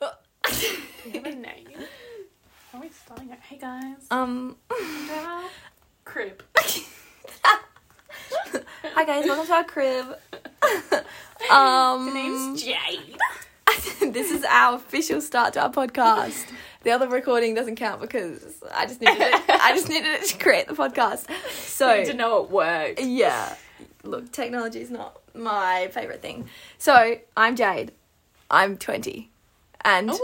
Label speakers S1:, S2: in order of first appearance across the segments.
S1: Hey guys.
S2: Um,
S1: Crib.
S2: hi guys, welcome to our crib. um,
S1: The name's Jade.
S2: this is our official start to our podcast. The other recording doesn't count because I just needed it. I just needed it to create the podcast. So
S1: to know it worked.
S2: yeah, look, technology is not my favorite thing. So I'm Jade. I'm twenty, and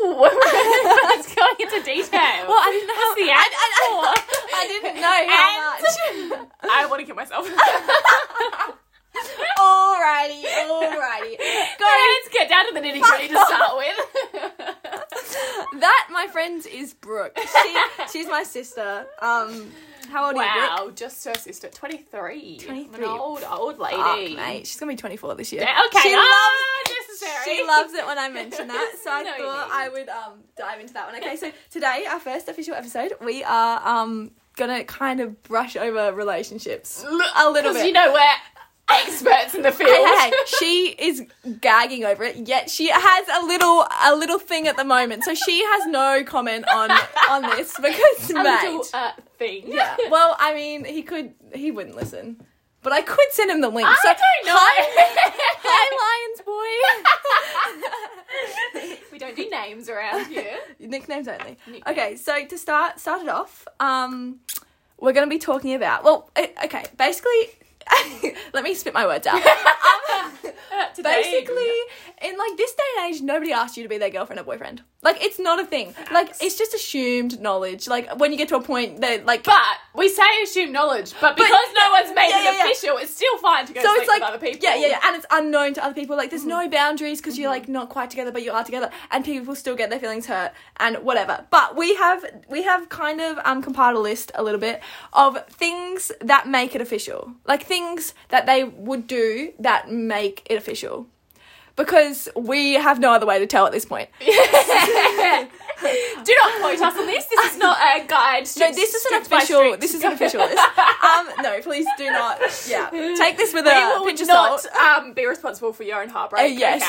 S1: Oh, it's going into detail.
S2: well, I didn't know how.
S1: the
S2: I,
S1: ad
S2: I-
S1: for?
S2: I didn't know how much.
S1: I want to kill myself.
S2: Alrighty, alrighty. Guys,
S1: Let's get down to the nitty gritty to start with.
S2: that, my friends, is Brooke. She, she's my sister. Um, how old are you, Brooke?
S1: wow, just her sister, twenty three.
S2: 23.
S1: an old old lady.
S2: Fuck, mate. She's gonna be 24 this year.
S1: Yeah, okay.
S2: She,
S1: ah,
S2: loves,
S1: necessary.
S2: she loves it when I mention that, so I
S1: No, you
S2: thought
S1: didn't.
S2: I would um, dive into that one. Okay, so today, our first official episode, we are um, gonna kind of brush over
S1: Mm.
S2: relationships a little
S1: because
S2: bit.
S1: you know we're experts in the field.
S2: Hey, hey, hey. she is gagging over it. Yet she has a little a little thing at the moment, so she has no comment on on this because
S1: A
S2: mate.
S1: little uh, thing.
S2: Yeah. Well, I mean, he could he wouldn't listen, but I could send him the link.
S1: I
S2: so
S1: don't know.
S2: Hi, hi, Lions boy.
S1: we don't do names around here.
S2: Nicknames only.
S1: Nicknames.
S2: Okay, so to start start it off, um, we're gonna be talking about well, eh, okay, basically, let me spit my words out.
S1: Uh, today-
S2: basically in like this day and age nobody asks you to be their girlfriend or boyfriend like it's not a thing like it's just assumed knowledge like when you get to a point that like
S1: But we say assume knowledge, but because no one's made
S2: Yeah,
S1: it
S2: yeah, yeah.
S1: official, it's still fine to go
S2: so
S1: sleep
S2: it's like
S1: with other people.
S2: yeah
S1: Mm-hmm.
S2: yeah yeah and it's unknown to other people like there's no boundaries because you're like not quite together but you are together and people still get their feelings hurt and whatever but we have we have kind of um compiled a list a little bit of things that make it official like things that they would do that make it official because we have no other way to tell at this point
S1: Do not quote us on this. This is not a guide.
S2: No, this is an
S1: strict by
S2: official.
S1: strict.
S2: This is an official list. Um, no, please do not. Yeah, take this with a
S1: You
S2: pinch
S1: will
S2: of
S1: not
S2: salt.
S1: um, be responsible for your own heartbreak.
S2: Uh, yes.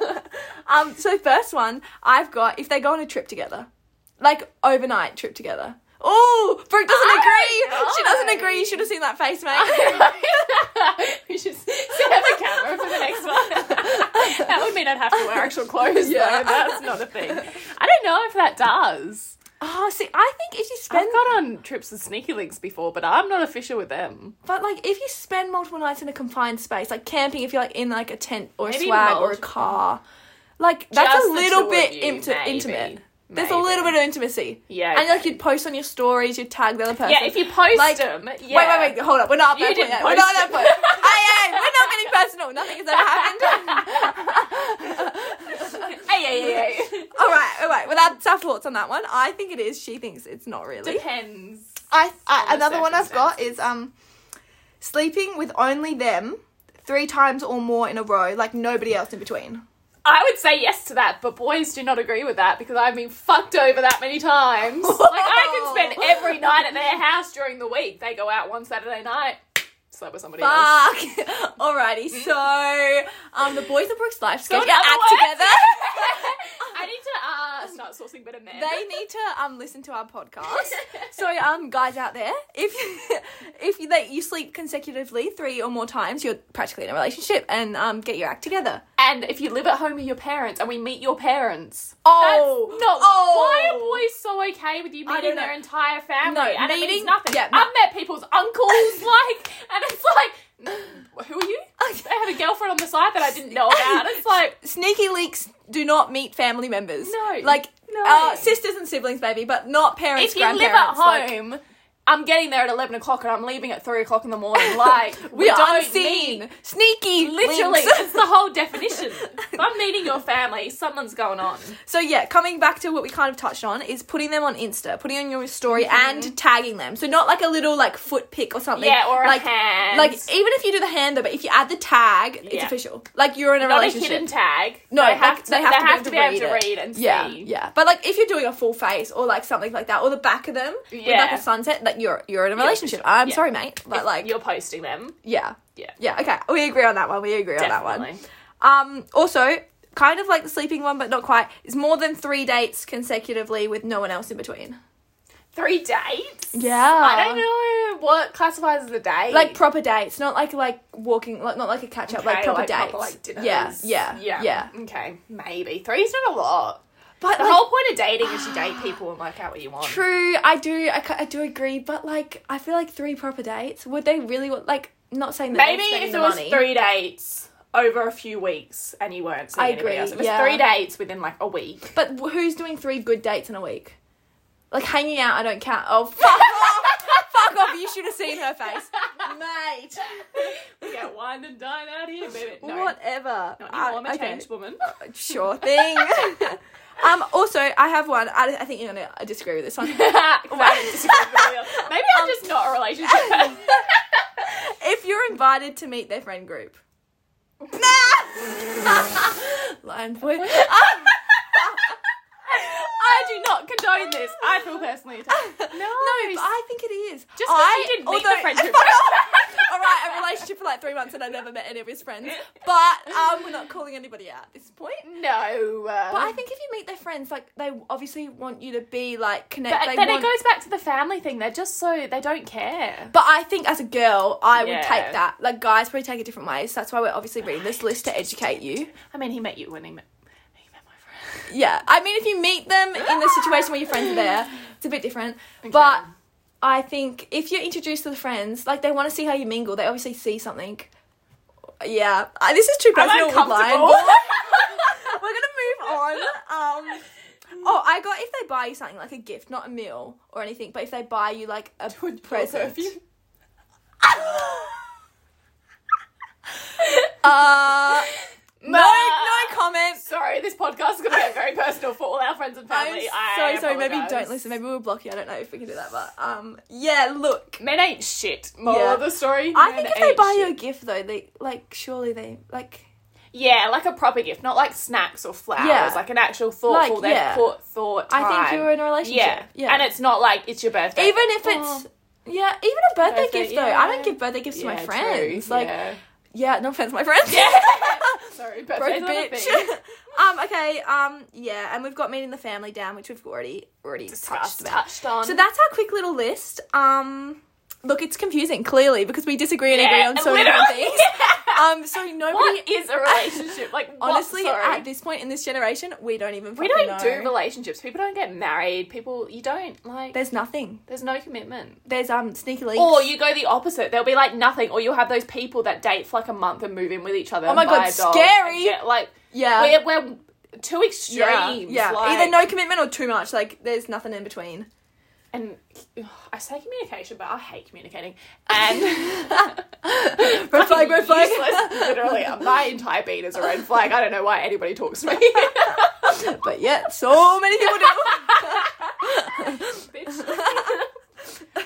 S1: Okay.
S2: Um, so first one I've got if they go on a trip together, like overnight trip together. Oh, Brooke doesn't
S1: I
S2: agree. She doesn't
S1: know.
S2: agree. You should have seen that face, mate.
S1: we should set up a camera for the next one. that would mean I'd have to wear actual clothes.
S2: Yeah.
S1: Yeah, that's not a thing. I don't know if that does.
S2: oh, see, I think if you spend,
S1: I've gone on trips with sneaky links before, but I'm not official with them.
S2: but like if you spend multiple nights in a confined space, like camping, if you're like in like a tent or a
S1: Maybe
S2: swag or a
S1: multiple.
S2: car, like that's a
S1: Just the two
S2: little
S1: of
S2: bit
S1: you,
S2: inti-
S1: maybe.
S2: intimate. There's a
S1: Maybe.
S2: little bit of intimacy.
S1: Yeah,
S2: And like you'd post on your stories, you'd tag the other person.
S1: Yeah, if you post
S2: Like-
S1: them, yeah.
S2: Wait, wait, wait, hold up. We're not at
S1: You
S2: that point
S1: didn't
S2: yet. We're not at that
S1: post
S2: point. hey, hey, we're not getting personal. Nothing has ever happened.
S1: Hey, hey, hey, hey.
S2: all right, all right. Well, that's our thoughts on that one. I think it is. She thinks it's not really.
S1: Depends.
S2: I, I
S1: the
S2: another one I've got is um, sleeping with only them three times or more in a row, like nobody else in between.
S1: I would say yes to that, but boys do not agree with that because I've been fucked over that many times. like I can spend every night at their house during the week. They go out one Saturday night, slept with somebody else.
S2: Fuck. Alrighty, so um, the boys of Brooks Life
S1: So
S2: get your
S1: in other
S2: act
S1: words-
S2: together.
S1: I need to uh, start sourcing better men.
S2: they need to um listen to our podcast. So um guys out there, if if you that you sleep consecutively three or more times, you're practically in a relationship and um get your act together.
S1: and if you live at home with your parents and we meet your parents.
S2: Oh,
S1: That's not why are
S2: oh.
S1: boys so okay with you
S2: I
S1: meeting
S2: don't
S1: their
S2: know.
S1: entire family?
S2: No,
S1: and it means
S2: meeting-
S1: nothing.
S2: yeah,
S1: I've met people's uncles, like, and it's like, mm, who are you? They had a girlfriend on the side that I didn't know about. It's like,
S2: Sneaky leaks do not meet family members.
S1: No,
S2: like
S1: no.
S2: uh, sisters and siblings maybe, but not parents.
S1: if you live at
S2: grandparents, like-
S1: home, I'm getting there at eleven o'clock and I'm leaving at three o'clock in the morning. Like we,
S2: we are
S1: don't
S2: unseen,
S1: meet.
S2: sneaky,
S1: Literally,
S2: links.
S1: it's the whole definition. If I'm meeting your family, something's going on.
S2: So yeah, coming back to what we kind of touched on is putting them on Insta, putting on your story and tagging them. So not like a little like foot pick or something.
S1: Mm-hmm. Yeah, or a
S2: like,
S1: hand.
S2: Like even if you do the hand though, but if you add the tag, it's
S1: Yeah.
S2: official. Like you're in a
S1: Not a
S2: relationship.
S1: hidden tag.
S2: no,
S1: they have
S2: like,
S1: to.
S2: they have to,
S1: be able to read,
S2: it.
S1: and
S2: yeah,
S1: see.
S2: yeah. But like if you're doing a full face or like something like that, or the back of them with like
S1: Yeah.
S2: a sunset, like you're you're in a relationship. I'm
S1: Yeah.
S2: sorry, mate, but
S1: If
S2: like
S1: you're posting them.
S2: yeah,
S1: Yeah.
S2: yeah. Okay, we agree on that one. We agree on that one.
S1: Definitely.
S2: Um, also, kind of like the sleeping one, but not quite, is more than three dates consecutively with no one else in between.
S1: three dates.
S2: Yeah.
S1: I don't know what classifies as a date.
S2: Like proper dates, not like like walking, like not like a catch up, like
S1: Okay,
S2: proper
S1: like
S2: dates.
S1: proper, like, dinners.
S2: yeah, yeah, yeah,
S1: Okay, maybe three's not a lot.
S2: But
S1: The
S2: like,
S1: whole point of dating is you date people and work out what you want.
S2: true, I do, I, ca- I do agree. But like, I feel like three proper dates. Would they really want like not saying that? they're
S1: Maybe
S2: spending
S1: if there
S2: the
S1: was
S2: money.
S1: three dates over a few weeks and you weren't seeing
S2: I
S1: anybody
S2: agree,
S1: else. If it's
S2: yeah.
S1: three dates within like a week.
S2: But wh- who's doing three good dates in a week? Like hanging out, I don't count. Oh fuck off! fuck off! You should have seen her face, mate.
S1: we get wine and dine out here, baby. No.
S2: Whatever.
S1: Not
S2: I-
S1: anymore, I'm a
S2: okay.
S1: changed woman.
S2: Sure thing. um. Also, I have one. I, I think you're gonna disagree with this one.
S1: Right. Maybe I'm just not a relationship person.
S2: if you're invited to meet their friend group. Lion boy.
S1: I do not condone this. I feel personally attacked.
S2: But
S1: No,
S2: I think it is.
S1: Just 'cause
S2: I
S1: you didn't meet the friend group.
S2: All right, a relationship for like three months and I never met any of his friends. But um, we're not calling anybody out at this point.
S1: no. uh,
S2: But I think if you meet their friends, like they obviously want you to be like connect.
S1: but
S2: they
S1: then
S2: want-
S1: it goes back to the family thing. They're just so they don't care.
S2: But I think as a girl, I would
S1: Yeah.
S2: take that. Like guys probably take it different ways. That's why we're obviously reading this list to educate you.
S1: I mean, he met you when he met. he met my friend.
S2: Yeah, I mean, if you meet them in the situation where your friends are there, it's a bit different. But I think if you're introduced to the friends, like they want to see how you mingle. They obviously see something. Yeah, I, this is too personal.
S1: I'm
S2: with Lion
S1: uncomfortable.
S2: Ball. We're gonna move on. Um, oh, I got if they buy you something like a gift, not a meal or anything, but if they buy you like a present. Uh, no, no comment.
S1: Sorry, this podcast is going to get very personal for all our friends and
S2: I'm
S1: family. I
S2: so sorry. Maybe
S1: apologise.
S2: don't listen. Maybe we'll block you. I don't know if we can do that, but um, yeah. Look,
S1: Men ain't shit. Moral
S2: Yeah.
S1: of the story.
S2: I
S1: men
S2: think if they
S1: ain't
S2: buy
S1: shit.
S2: you a gift though, they like surely they like
S1: Yeah, like a proper gift, not like snacks or flowers.
S2: Yeah.
S1: Like an actual thoughtful.
S2: Like,
S1: they've
S2: yeah.
S1: put thought.
S2: I think
S1: time.
S2: you're in a relationship.
S1: Yeah.
S2: Yeah.
S1: and it's not like it's your birthday.
S2: even if it's yeah, even a birthday,
S1: Birthday,
S2: gift though. I
S1: yeah.
S2: don't give birthday gifts to
S1: Yeah,
S2: my
S1: true,
S2: friends. Like yeah.
S1: yeah.
S2: no offense, my friends.
S1: sorry,
S2: Broke
S1: birthday's not a
S2: bitch.
S1: thing.
S2: um, okay, um, yeah, and we've got meeting the family down, which we've already already touched
S1: Discussed,
S2: about.
S1: touched on.
S2: So that's our quick little list. Um, look, it's confusing clearly because we disagree and
S1: Yeah,
S2: agree on so many different
S1: literally,
S2: things. Um, so nobody
S1: What is a relationship? Like what,
S2: honestly
S1: sorry?
S2: at this point in this generation, we don't even
S1: we
S2: fucking
S1: don't
S2: know.
S1: do relationships. People don't get married. People, you don't like.
S2: There's nothing.
S1: There's no commitment.
S2: There's um sneaky leaks.
S1: Or Oh, you go the opposite. There'll be like nothing. Or you'll have those people that date for like a month and move in with each other. Oh
S2: my God, scary.
S1: like
S2: yeah.
S1: we're, we're too extremes.
S2: yeah, yeah.
S1: like-
S2: Either no commitment or too much. Like there's nothing in between.
S1: and ugh, I say communication, but I hate communicating. And
S2: Red flag, red flag.
S1: useless. Literally, my entire being is a red flag. I don't know why anybody talks to me.
S2: but yeah, so many people do.
S1: Bitch,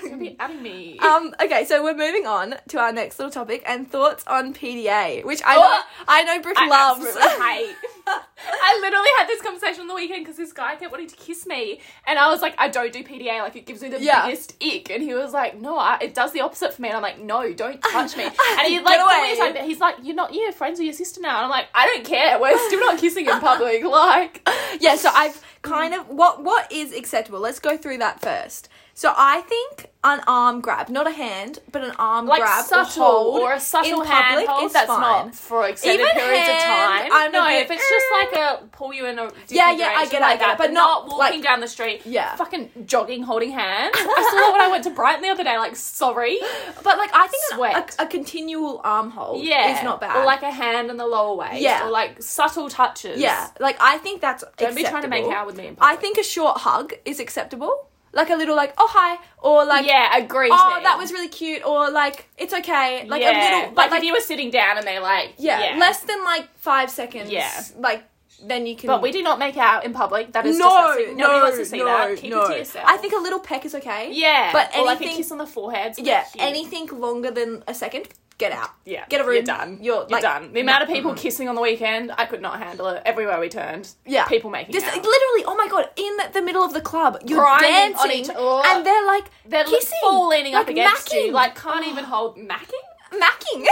S1: You'll be out of me.
S2: um, okay, so we're moving on to our next little topic and thoughts on PDA, which I know
S1: Oh!
S2: I know Brooke
S1: I
S2: loves.
S1: absolutely hate. I literally had this conversation on the weekend because this guy kept wanting to kiss me, and I was like, I don't do PDA. Like it gives me the
S2: Yeah.
S1: biggest ick. And he was like, No, I, it does the opposite for me. And I'm like, No, don't touch me. And he like
S2: Get
S1: pulled
S2: away.
S1: me aside, but he's like, You're not your friends with your sister now. And I'm like, I don't care. We're still not kissing in public. Like
S2: yeah, so I've kind of what what is acceptable. Let's go through that first. So I think an arm grab, not a hand, but an arm
S1: like
S2: grab
S1: subtle
S2: or, hold
S1: or a subtle
S2: in public
S1: handhold
S2: is
S1: that's
S2: fine.
S1: not for extended
S2: Even
S1: periods
S2: hand,
S1: of time.
S2: I'm a
S1: no,
S2: bit,
S1: if it's just like a pull you in a different
S2: Yeah, yeah, I
S1: direction
S2: get it, I
S1: like
S2: get it,
S1: that,
S2: but
S1: but not,
S2: not,
S1: walking
S2: like-
S1: down the street.
S2: Yeah.
S1: fucking jogging, holding hands. I saw that when I went to Brighton the other day. Like, sorry,
S2: But like I think an-
S1: Sweat.
S2: A, a continual arm hold
S1: yeah,
S2: is not bad.
S1: Or like a hand on the lower waist.
S2: Yeah.
S1: or like subtle touches.
S2: yeah, like I think that's
S1: don't be trying to make
S2: acceptable.
S1: out with me. In
S2: I
S1: public.
S2: think a short hug is acceptable. Like a little like oh hi or like
S1: yeah, agree.
S2: oh that was really cute or like it's okay like a little but
S1: like,
S2: like
S1: if you were sitting down and they like
S2: yeah, less than like five seconds.
S1: Yeah.
S2: like then you can.
S1: But we do not make out in public. That is
S2: no,
S1: disgusting.
S2: no,
S1: Nobody wants to see
S2: no,
S1: that. Keep
S2: no.
S1: it to yourself.
S2: I think a little peck is okay.
S1: Yeah.
S2: But
S1: or like a
S2: anything-
S1: kiss on the forehead. it's
S2: yeah.
S1: cute.
S2: Anything longer than a second, get out.
S1: Yeah.
S2: get a room.
S1: You're done.
S2: You're, like, Mm-hmm.
S1: done. The amount of people kissing on the weekend, I could not handle it. Everywhere we turned,
S2: Yeah.
S1: people making
S2: Just
S1: out.
S2: literally, oh my god, in the middle of the club, you're
S1: Grinding
S2: dancing,
S1: on each- Ugh.
S2: and they're like
S1: They're like,
S2: kissing,
S1: full leaning up
S2: like,
S1: against
S2: macking. Oh,
S1: you. Like can't even hold macking.
S2: macking.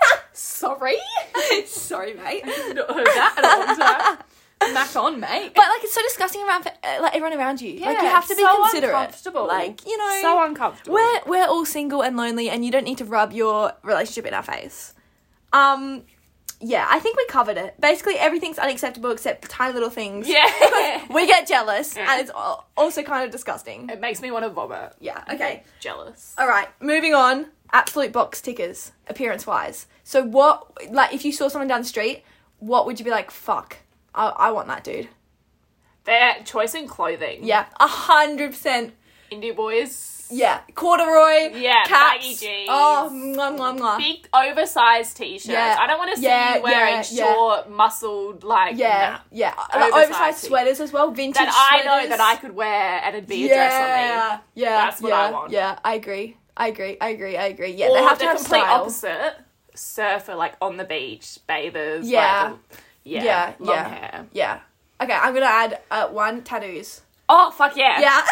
S1: Sorry,
S2: Sorry, mate.
S1: not heard that in a long time. Mac on, mate.
S2: But like it's so disgusting around for, uh, like everyone around you. like you
S1: Yeah,
S2: have to be
S1: so
S2: considerate.
S1: uncomfortable.
S2: Like you know,
S1: so uncomfortable.
S2: we're we're all single and lonely, and you don't need to rub your relationship in our face. Um, yeah, I think we covered it. Basically, everything's unacceptable except the tiny little things.
S1: Yeah.
S2: we get jealous,
S1: Yeah.
S2: and it's al- also kind of disgusting.
S1: it makes me want to vomit.
S2: Yeah. Okay.
S1: Jealous.
S2: All right. Moving on. Absolute box tickers, appearance wise. So what, like, if you saw someone down the street, what would you be like? Fuck, I, I want that dude.
S1: Their choice in clothing.
S2: Yeah, a hundred percent.
S1: Indie boys.
S2: Yeah, corduroy.
S1: Yeah,
S2: caps.
S1: baggy jeans.
S2: Oh, mwah, mwah, mwah.
S1: Big oversized t-shirts.
S2: Yeah.
S1: I don't want to see
S2: Yeah,
S1: you wearing
S2: yeah, yeah.
S1: short, muscled, like
S2: yeah,
S1: nah.
S2: yeah.
S1: An
S2: Like,
S1: oversized
S2: oversized
S1: tee.
S2: sweaters as well. Vintage.
S1: that I know
S2: sweaters.
S1: that I could wear and it'd be a dress on me.
S2: Yeah, yeah.
S1: That's what
S2: yeah,
S1: I want.
S2: Yeah, I agree. I agree. I agree. I agree. Yeah,
S1: Or
S2: they have
S1: the
S2: to have
S1: complete
S2: style.
S1: opposite. Surfer, like on the beach, bathers.
S2: Yeah.
S1: like, yeah,
S2: Yeah,
S1: long
S2: yeah.
S1: hair.
S2: Yeah. Okay, I'm gonna add uh, one tattoos.
S1: Oh fuck yeah!
S2: Yeah.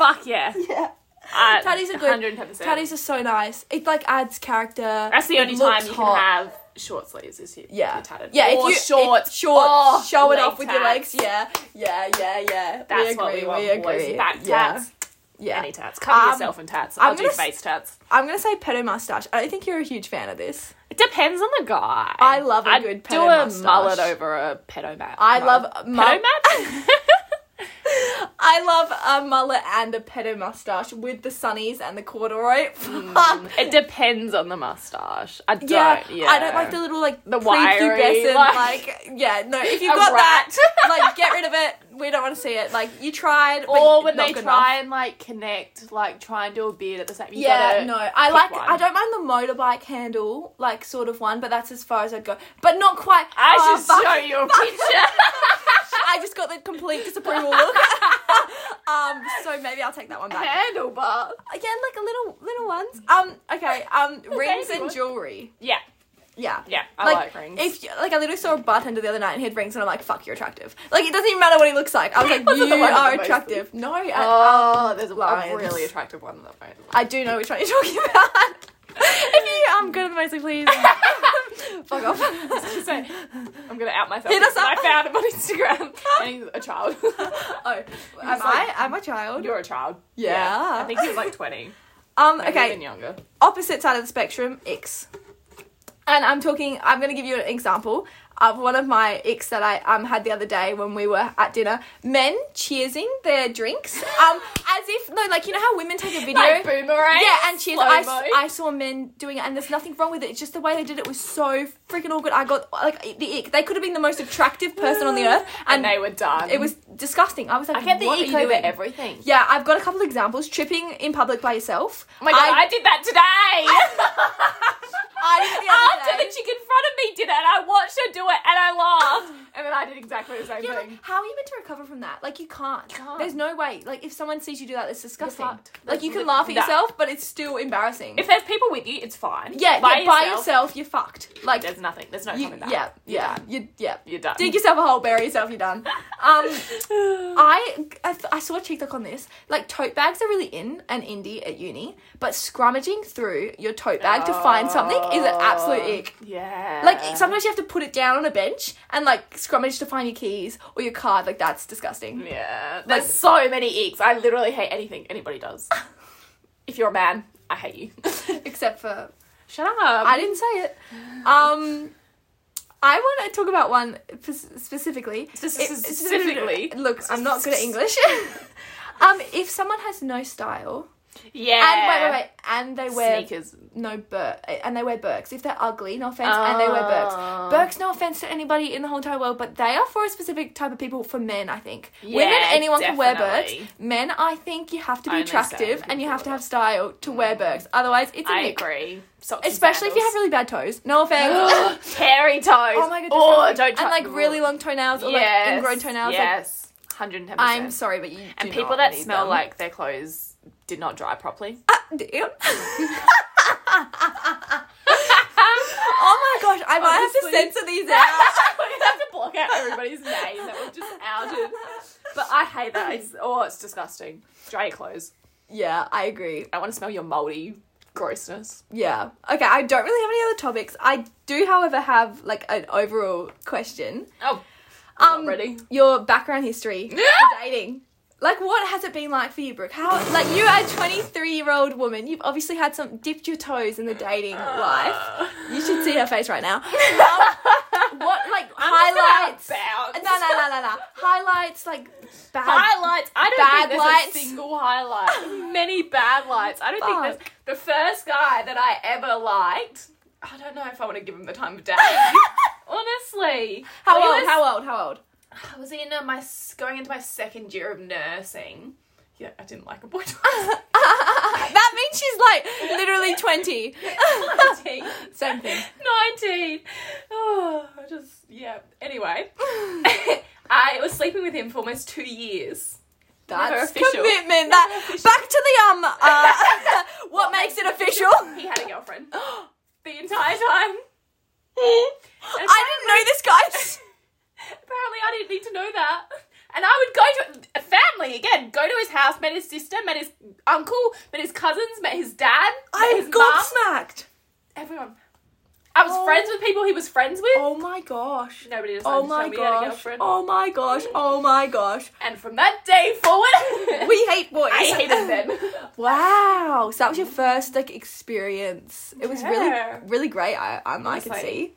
S1: fuck yeah!
S2: yeah.
S1: Uh,
S2: Tattoos are good.
S1: 110%.
S2: Tattoos are so nice. It like adds character.
S1: That's the
S2: It
S1: only
S2: looks
S1: time you
S2: hot.
S1: can have short sleeves. Is you,
S2: Yeah.
S1: you're tatted.
S2: Yeah,
S1: or
S2: if you
S1: shorts,
S2: if shorts,
S1: oh,
S2: show it
S1: leg
S2: off with your
S1: tats.
S2: legs. Yeah, yeah, yeah, yeah.
S1: That's
S2: we agree.
S1: what we want.
S2: we
S1: boys.
S2: agree.
S1: Back tats,
S2: yeah, yeah.
S1: any tats. Cover
S2: Um,
S1: yourself in tats.
S2: I'm
S1: I'll do
S2: gonna s-
S1: face tats.
S2: I'm gonna say pedo mustache. I don't think you're a huge fan of this.
S1: It depends on the guy.
S2: I love a
S1: I'd
S2: good
S1: do
S2: pedo
S1: a
S2: mustache.
S1: mullet over a pedo mat.
S2: I
S1: No.
S2: love mu-
S1: pedo mat.
S2: I love a mullet and a pedo mustache with the sunnies and the corduroy. Fuck.
S1: it depends on the mustache. I don't.
S2: Yeah,
S1: Yeah,
S2: I Mm. don't like the little like
S1: The
S2: prepubescent,
S1: wiry,
S2: like, yeah no if you've
S1: A
S2: got
S1: rat.
S2: that like get rid of it we don't want to see it like you tried but
S1: Or when
S2: not
S1: they
S2: good
S1: try
S2: enough.
S1: and like connect, like try and do a beard at the same. You
S2: yeah
S1: gotta
S2: no I
S1: pick
S2: like
S1: one.
S2: I don't mind the motorbike handle like sort of one but that's as far as I'd go but not quite
S1: I
S2: Oh,
S1: should
S2: fuck.
S1: show you a picture.
S2: I just got the complete disapproval look um so maybe I'll take that one back
S1: Handlebar.
S2: again like a little little ones um okay um rings
S1: baby
S2: and
S1: one.
S2: jewelry
S1: Yeah,
S2: yeah
S1: yeah. I like,
S2: like,
S1: rings.
S2: If you, like I literally saw a bartender the other night and he had rings, and I'm like, "Fuck, you're attractive." Like it doesn't even matter what he looks like. I was like,
S1: Was it
S2: "You
S1: the one with
S2: are
S1: the most
S2: attractive." No, I,
S1: oh, there's a,
S2: Lions.
S1: a really attractive one that I
S2: I do know which one you're talking about. if you, um, go to the mostly please. Fuck off.
S1: was gonna say, I'm gonna out myself.
S2: Hit us
S1: because I
S2: up.
S1: found him on Instagram, and he's a child.
S2: Oh, am
S1: like-
S2: I? Am I child?
S1: You're a child.
S2: Yeah.
S1: I think he was like 20.
S2: Um,
S1: Maybe
S2: okay.
S1: Even younger.
S2: opposite side of the spectrum, icks. And I'm talking, I'm going to give you an example of one of my icks that I um, had the other day when we were at dinner. Men cheersing their drinks. Um, as if, no, like, you know how women take a video?
S1: Like boomerang.
S2: yeah, and cheers. I, s-
S1: slow-mo.
S2: I saw men doing it, and there's nothing wrong with it. It's just the way they did it was so freaking awkward. I got, like, the ick. They could have been the most attractive person on the earth, and,
S1: and they were done.
S2: it was disgusting. I was like,
S1: I get the
S2: what are
S1: ick
S2: you
S1: over
S2: doing?
S1: everything.
S2: Yeah, I've got a couple of examples. Tripping in public by yourself.
S1: Oh my god,
S2: I-
S1: I, did that
S2: I
S1: today.
S2: did it the other
S1: After
S2: day.
S1: the chick in front of me did it, and I watched her do it, and I laughed, and then I did exactly the same
S2: Yeah, like,
S1: thing.
S2: how are you meant to recover from that? Like you can't.
S1: Can't.
S2: There's no way. Like if someone sees you do that, it's disgusting.
S1: fucked.
S2: Like you can
S1: Like,
S2: laugh at
S1: no.
S2: yourself, but it's still embarrassing.
S1: If there's people with you, it's fine.
S2: yeah,
S1: by,
S2: yeah, by
S1: yourself,
S2: yourself, you're fucked. Like
S1: There's nothing. There's no
S2: you,
S1: coming back.
S2: yeah, yeah, you, yeah.
S1: You're done.
S2: Dig yourself a hole, bury yourself, you're done. Um, I, I th- I saw a TikTok on this. Like tote bags are really in and indie at uni, but scrummaging through your tote bag to find something is an
S1: Oh.
S2: absolute ick.
S1: Yeah.
S2: Like sometimes you have to put it down on a bench and like scrummage to find your keys or your card. Like that's
S1: Mm.
S2: disgusting.
S1: Yeah. There's so many icks. I literally hate anything anybody does. if you're a man, I hate you.
S2: Except for
S1: Shut up.
S2: I didn't say it. Um, I want to talk about one p- specifically.
S1: Specifically?
S2: It- look, I'm not good at English. um, if someone has no style
S1: yeah.
S2: and wait, wait, wait, and they wear
S1: Sneakers.
S2: no bur and they wear Birks. If they're ugly, no offense, and they wear Birks.
S1: Oh.
S2: Birks, no offense to anybody in the whole entire world, but they are for a specific type of people. For men, I think women,
S1: Yeah,
S2: anyone can wear
S1: definitely.
S2: Birks. Men, I think you have to be
S1: I understand
S2: attractive and you have to
S1: people
S2: have style to wear Birks. Otherwise, it's a
S1: Ah, I
S2: nick.
S1: agree. Socks and
S2: Especially if you have
S1: sandals.
S2: really bad toes. No offense.
S1: hairy toes.
S2: oh my god.
S1: Oh,
S2: disgusting.
S1: don't touch
S2: and like
S1: them.
S2: really long toenails or like
S1: Yes.
S2: ingrown toenails. Like,
S1: Yes. 110%.
S2: I'm sorry, but you
S1: and
S2: do
S1: people
S2: not
S1: that
S2: need
S1: smell
S2: them.
S1: like their clothes did not dry properly.
S2: Damn. oh my gosh, I might have to
S1: Honestly.
S2: censor these out.
S1: we have to block out everybody's name that we've just outed. But I hate that. It's, oh, it's disgusting. Dry your clothes.
S2: Yeah, I agree.
S1: I want to smell your mouldy grossness.
S2: Yeah. Okay, I don't really have any other topics. I do, however, have like an overall question. Um,
S1: Oh, not ready.
S2: your background history for dating. Like, what has it been like for you, Brooke? How, like, you are a 23 year old woman. You've obviously had some, dipped your toes in the dating
S1: uh,
S2: life. You should see her face right now. Um, what, like, highlights?
S1: About.
S2: No, no, no, no, no. Highlights, like, bad.
S1: Highlights. I don't
S2: Bad
S1: think there's
S2: lights.
S1: a single highlight. Many bad lights. I don't think
S2: Fuck.
S1: there's the first guy that I ever liked. I don't know if I want to give him the time of day. Honestly,
S2: how
S1: Like,
S2: old?
S1: it was-
S2: How old? How old?
S1: I was in uh, my s- going into my second year of nursing. Yeah, I didn't like a boy.
S2: that means she's like literally 20.
S1: Nineteen.
S2: Same thing.
S1: Nineteen. Oh, I just yeah. Anyway, I was sleeping with him for almost two years. Never
S2: That's
S1: official.
S2: commitment. That back to the um uh, what makes it official?
S1: He had a girlfriend the entire time. And
S2: I didn't know this, guys.
S1: Apparently, I didn't need to know that. And I would go to a family again. Go to his house, met his sister, met his uncle, met his cousins, met his dad, met his
S2: I'm
S1: mum,
S2: gobsmacked.
S1: everyone. I was
S2: Oh.
S1: friends with people he was friends with.
S2: Oh my gosh.
S1: Nobody decided
S2: Oh
S1: to
S2: my
S1: tell me he had a
S2: gosh.
S1: girlfriend.
S2: Oh my gosh. Oh my gosh.
S1: And from that day forward,
S2: We hate boys.
S1: I hated them.
S2: Wow. So that was your first like experience. It was
S1: Yeah.
S2: really really great. I um, I could
S1: Honestly.
S2: see.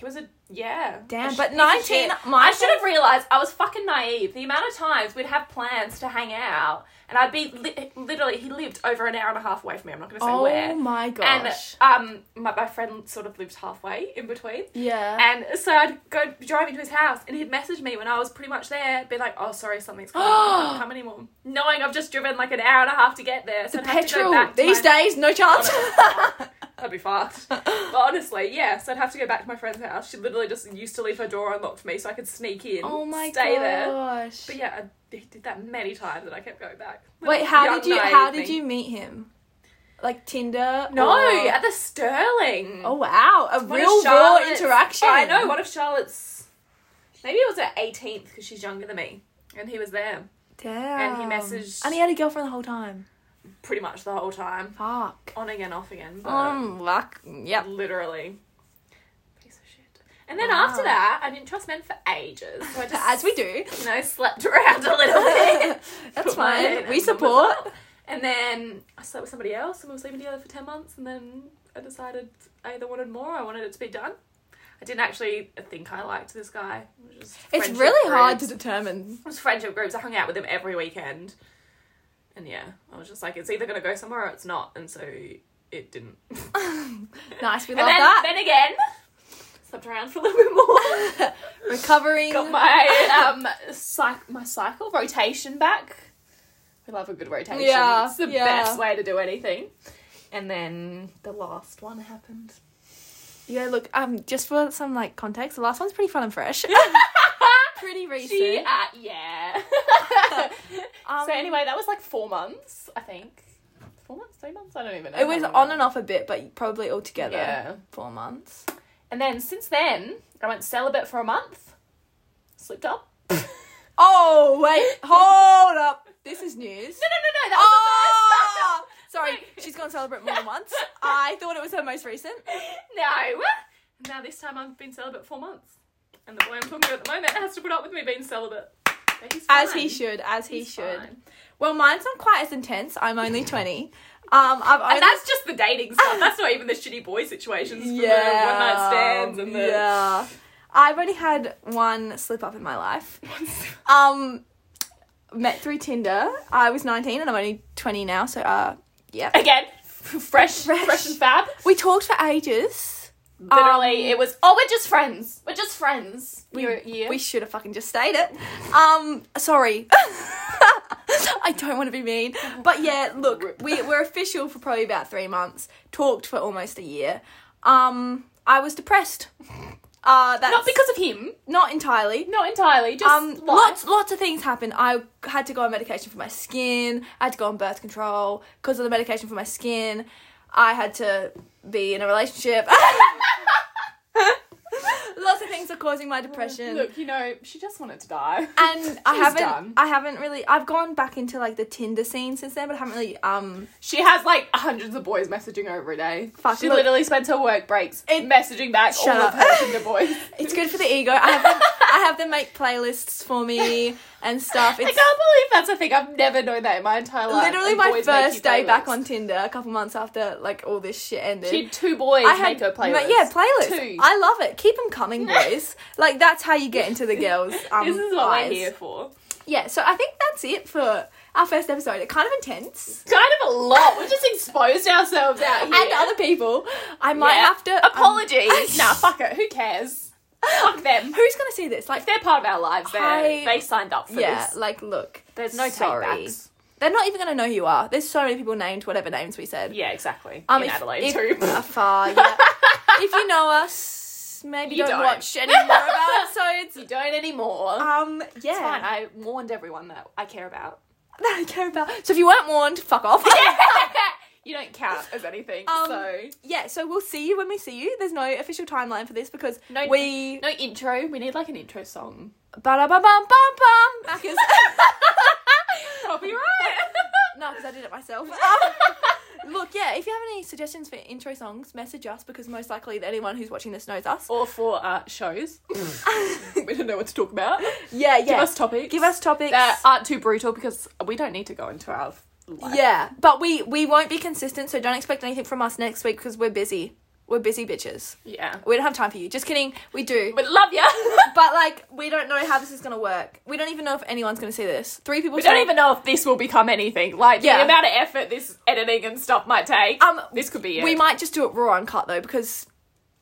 S1: He was a yeah.
S2: Damn,
S1: a sh-
S2: but
S1: piece of
S2: 19
S1: shit.
S2: my
S1: I should have realized I was fucking naive. The amount of times we'd have plans to hang out, and I'd be li- literally he lived over an hour and a half away from me. I'm not going to say
S2: Oh
S1: where.
S2: my gosh.
S1: And um, my, my friend sort of lived halfway in between.
S2: yeah.
S1: And so I'd go driving to his house, and he'd message me when I was pretty much there, be like, "Oh, sorry, something's coming. I can't come anymore." Knowing I've just driven like an hour and a half to get there, so I'd have to go
S2: Petrol.
S1: back. To
S2: These
S1: my-
S2: days, no chance.
S1: That'd be fast. But honestly, yeah, so I'd have to go back to my friend's house. She literally just used to leave her door unlocked for me so I could sneak in.
S2: oh my
S1: stay there.
S2: gosh.
S1: But yeah, I he did that many times and I kept going back.
S2: Wait, how
S1: Young,
S2: did you
S1: naive
S2: how did
S1: me.
S2: you meet him? Like Tinder?
S1: No,
S2: or-
S1: at the Sterling.
S2: Oh wow, a
S1: One of
S2: real raw
S1: Charlotte's-
S2: interaction.
S1: I know, one of Charlotte's. Maybe it was her 18th because she's younger than me. And he was there
S2: Damn.
S1: And he messaged-
S2: And he had a girlfriend the whole time.
S1: pretty much the whole time.
S2: Fuck.
S1: On again, off again. But
S2: Um, luck. Yep.
S1: literally. Piece of shit. And then
S2: Wow.
S1: after that, I didn't trust men for ages. So I just
S2: As we do.
S1: you know, slept around a little bit.
S2: That's
S1: Put my head
S2: fine.
S1: and
S2: We
S1: numbers
S2: support.
S1: up. And then I slept with somebody else and we were sleeping together for 10 months and then I decided I either wanted more or I wanted it to be done. I didn't actually think I liked this guy. It was just
S2: It's
S1: friendship
S2: really hard to
S1: groups.
S2: determine.
S1: It was friendship groups. I hung out with him every weekend. And yeah, I was just like, it's either going to go somewhere or it's not. And so it didn't.
S2: Nice, we
S1: and
S2: love
S1: then,
S2: that.
S1: then again, slept around for a little bit more.
S2: Recovering.
S1: got my um cyc- my cycle rotation back. We love a good rotation.
S2: Yeah,
S1: it's the
S2: yeah.
S1: best way to do anything. And then the last one happened.
S2: Yeah, look, um, just for some like context, the last one's pretty fun and fresh. pretty recent.
S1: She, uh, yeah.
S2: Um,
S1: so anyway, that was like four months, I think. Four months, three months. I don't even know.
S2: it was on and off a bit, but probably all together
S1: Yeah.
S2: four months.
S1: And then since then, I went celibate for a month. Slipped up. no, no, no,
S2: Oh wait, hold up. This is news.
S1: no. That was
S2: Oh, sorry. She's gone celebrate more than once. I thought it was her most recent.
S1: the first. no. Now this time I've been celibate four months, and the boy I'm talking to at the moment has to put up with me being celibate. But he's
S2: As
S1: fine.
S2: he should, as he
S1: He's
S2: should.
S1: fine.
S2: Well, mine's not quite as intense. I'm only 20. Um, I've only
S1: And that's just the dating stuff. That's not even the shitty boy situations. Yeah. The one night stands and the.
S2: yeah. I've only had one slip up in my life. Um, met through Tinder. I was 19 and I'm only 20 now, so uh, yeah.
S1: Again, fresh, fresh,
S2: Fresh.
S1: and fab.
S2: We talked for ages.
S1: Literally, it was. Oh, we're just friends. We're just friends. We were yeah.
S2: Um, We should have fucking just stayed it. Um, sorry. I don't want to be mean. But yeah, look, we were official for probably about three months, talked for almost a year. Um, I was depressed. Uh, that's
S1: not because of him.
S2: not entirely.
S1: Not entirely. Just
S2: Um,
S1: life.
S2: lots, lots of things happened. I had to go on medication for my skin. I had to go on birth control because of the medication for my skin. I had to be in a relationship. lots of things are causing my depression
S1: Look, you know, she just wanted to die.
S2: and I
S1: She's
S2: haven't
S1: done.
S2: I haven't really I've gone back into like the Tinder scene since then, but I haven't really um
S1: She has like hundreds of boys messaging her every day.
S2: Fuck,
S1: she
S2: look-
S1: literally spends her work breaks messaging back
S2: Shut
S1: all
S2: up.
S1: of her Tinder boys.
S2: it's good for the ego. I haven't I have them make playlists for me and stuff.
S1: I can't
S2: It's
S1: believe that's a thing. I've never known that in my entire life.
S2: literally
S1: And
S2: my
S1: boys make you
S2: first day back
S1: playlists.
S2: on Tinder, a couple months after like all this shit ended.
S1: She had two boys
S2: I had
S1: make her playlist.
S2: but yeah, playlist.
S1: Two.
S2: I love it. Keep them coming, boys. like that's how you get into the girls. Um,
S1: this is what
S2: eyes.
S1: we're here for.
S2: Yeah, so I think that's it for our first episode. It's kind of intense.
S1: Kind of a lot. We just exposed ourselves out here.
S2: And other people, I might
S1: Yeah.
S2: have to um,
S1: Apologies. nah, fuck it. Who cares? Fuck them.
S2: Who's gonna see this?
S1: If
S2: Like,
S1: they're part of our lives, they
S2: I-
S1: they signed up for
S2: yeah,
S1: this.
S2: like look,
S1: There's no
S2: sorry.
S1: takebacks.
S2: They're not even gonna know who you are. There's so many people named whatever names we said.
S1: Yeah, exactly.
S2: Um,
S1: In
S2: if-
S1: Adelaide
S2: if,
S1: too.
S2: uh, far, yeah. if you know us, maybe
S1: You
S2: don't,
S1: don't.
S2: watch any more of our episodes.
S1: you don't anymore.
S2: Um, yeah,
S1: It's fine. I warned everyone that I care about.
S2: that I care about. So if you weren't warned, fuck off.
S1: you don't count as anything.
S2: Um,
S1: so
S2: yeah, so we'll see you when we see you. There's no official timeline for this because
S1: No-
S2: we
S1: no intro. We need like an intro song.
S2: ba bum bum bum Maccas.
S1: Copyright.
S2: no, because I did it myself. Um, Look, yeah, if you have any suggestions for intro songs, message us because most likely anyone who's watching this knows us.
S1: or for uh, shows. we don't know what to talk about.
S2: Yeah, yeah.
S1: Give us topics.
S2: Give us topics.
S1: that aren't too brutal because we don't need to go into our life.
S2: yeah, but we we won't be consistent, so don't expect anything from us next week because we're busy. We're busy bitches.
S1: Yeah.
S2: We don't have time for you. Just kidding. We do.
S1: But love ya.
S2: But like, we don't know how this is gonna work. We don't even know if anyone's gonna see this. Three people.
S1: we don't even know if this will become anything. Like
S2: Yeah.
S1: the amount of effort this editing and stuff might take.
S2: Um,
S1: this could be it.
S2: We might just do it raw uncut though because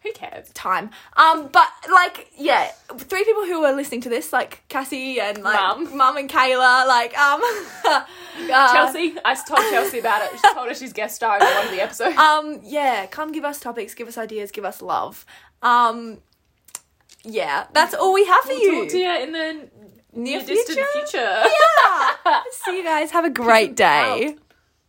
S1: Who cares?
S2: time. Um, but like, yeah, three people who are listening to this, like Cassie and like
S1: Mum.
S2: Mum and Kayla, like um, uh,
S1: Chelsea, I told Chelsea about it. She told her she's guest starring in one of the episodes.
S2: Um, yeah, come give us topics, give us ideas, give us love. Um, yeah, that's all we have for
S1: Talk
S2: you.
S1: to you in the
S2: Near
S1: near distant
S2: future?
S1: future.
S2: Yeah. See you guys. Have a great day.
S1: Out.